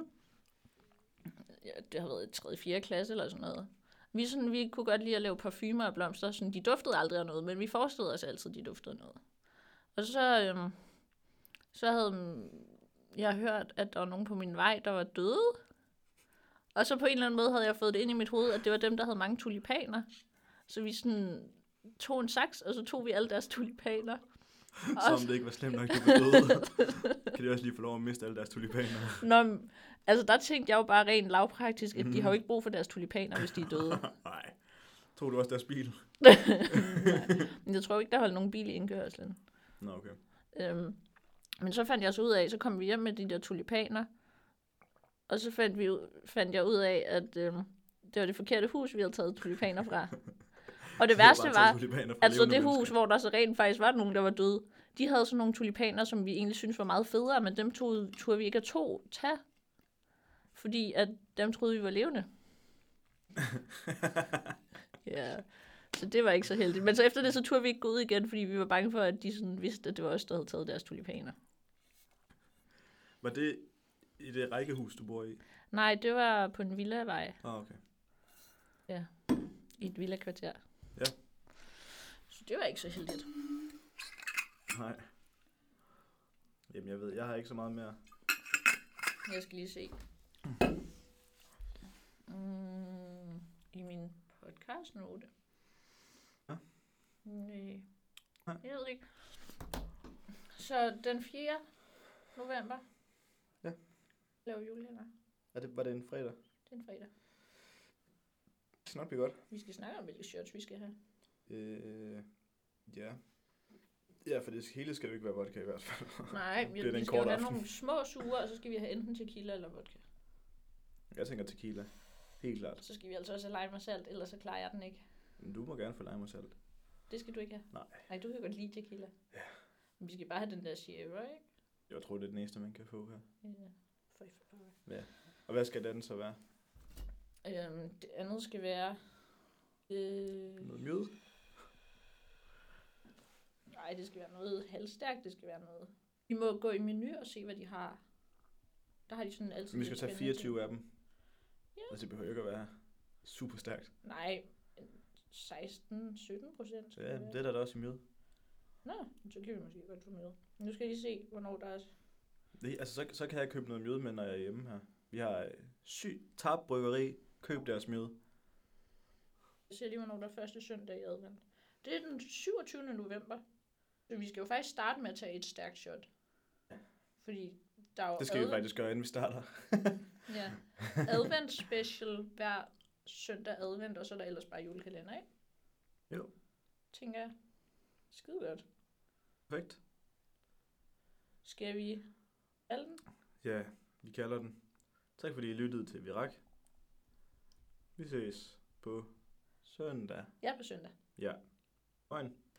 S2: ja, det har været i 3. 4. klasse eller sådan noget, vi, sådan, vi kunne godt lide at lave parfumer og blomster. Sådan, de duftede aldrig af noget, men vi forestillede os altid, de duftede af noget. Og så, øhm, så havde mm, jeg hørt, at der var nogen på min vej, der var døde. Og så på en eller anden måde havde jeg fået det ind i mit hoved, at det var dem, der havde mange tulipaner. Så vi sådan tog en saks, og så tog vi alle deres tulipaner. Og
S1: Som det ikke var slemt nok, det var
S2: *laughs*
S1: døde. kan de også lige få lov at miste alle deres tulipaner?
S2: Nå, men, altså der tænkte jeg jo bare rent lavpraktisk, at mm. de
S1: Mhm.
S2: har jo ikke brug for deres tulipaner, hvis de er *laughs* døde.
S1: *laughs* Nej. Tror du også deres bil?
S2: Men jeg tror jo ikke, der holdt nogen bil i indkørslen.
S1: Nå, okay.
S2: Øhm, men så fandt jeg så ud af, så kom vi hjem med de der tulipaner, og så fandt, vi, ud- fandt jeg ud af, at øhm, det var det forkerte hus, vi havde taget tulipaner fra. Og det værste var, altså det hus, hvor der så rent faktisk var nogen, der var døde, de havde sådan nogle tulipaner, som vi egentlig synes var meget federe, men dem tog, turde vi ikke at to tage, fordi at dem troede vi var
S1: *laughs*
S2: levende. ja, så det var ikke så heldigt. Men så efter det, så turde vi ikke gå ud igen, fordi vi var bange for, at de sådan vidste, at det var os, der havde taget deres tulipaner.
S1: Var det i det rækkehus, du bor i?
S2: Nej, det var på en villavej
S1: Ah, okay.
S2: i et villakvarter.
S1: Ja.
S2: Så det var ikke så heldigt.
S1: Nej. Jamen, jeg ved, jeg har ikke så meget mere.
S2: Jeg skal lige se. Mm, I min podcastnote.
S1: Ja.
S2: Nej.
S1: Nej.
S2: Jeg ved det ikke. Så den 4. november.
S1: Ja.
S2: Laver julekalender.
S1: Er det, var det en fredag?
S2: Det er en fredag.
S1: Snart bliver godt.
S2: Vi skal snakke om, hvilke shirts vi skal have.
S1: Øh, ja. Øh, Ja, for det hele skal jo ikke være vodka i hvert fald.
S2: Nej,
S1: Bliver
S2: vi,
S1: *laughs* det
S2: vi
S1: en
S2: skal jo
S1: kort
S2: have
S1: aften?
S2: nogle små sure, og så skal vi have enten tequila eller vodka.
S1: Jeg tænker tequila. Helt klart.
S2: Så skal vi altså også have lime og salt, ellers så klarer jeg den ikke.
S1: Men du må gerne få lime og salt.
S2: Det skal du ikke have.
S1: Nej.
S2: Nej, du kan godt lide tequila. Ja. Men vi skal bare have den der Sierra, ikke?
S1: Jeg tror, det er den eneste, man kan få her.
S2: Ja. For i forklaring.
S1: Og hvad skal den så være?
S2: Øhm, det andet skal være... Øh,
S1: Noget mjød?
S2: nej, det skal være noget halvstærkt, det skal være noget... Vi må gå i menu og se, hvad de har. Der har de sådan altid...
S1: Men vi skal
S2: lidt
S1: tage
S2: spændende
S1: 24 af dem. Altså, det behøver ikke at være super stærkt.
S2: ting. Nej, 16-17 procent.
S1: Ja, det er der da også i mjød.
S2: Nå, men så kan vi måske godt få med. Nu skal jeg lige se, hvornår der er...
S1: Det, altså, så, så kan jeg købe noget mjød med, når jeg er hjemme her. Vi har øh, syg tab bryggeri. Køb deres mjød.
S2: Jeg ser lige, hvornår der er første søndag i advent. Det er den 27. november. Så vi skal jo faktisk starte med at tage et stærkt shot. Fordi der er jo
S1: Det skal vi
S2: advent-
S1: faktisk gøre, inden vi starter.
S2: Ja. Advent special hver søndag advent, og så er der ellers bare julekalender, ikke?
S1: Jo.
S2: Tænker jeg. Skide godt.
S1: Perfekt.
S2: Skal vi alle den?
S1: Ja, vi kalder den. Tak fordi I lyttede til Virak. Vi ses på søndag.
S2: Ja, på søndag.
S1: Moin.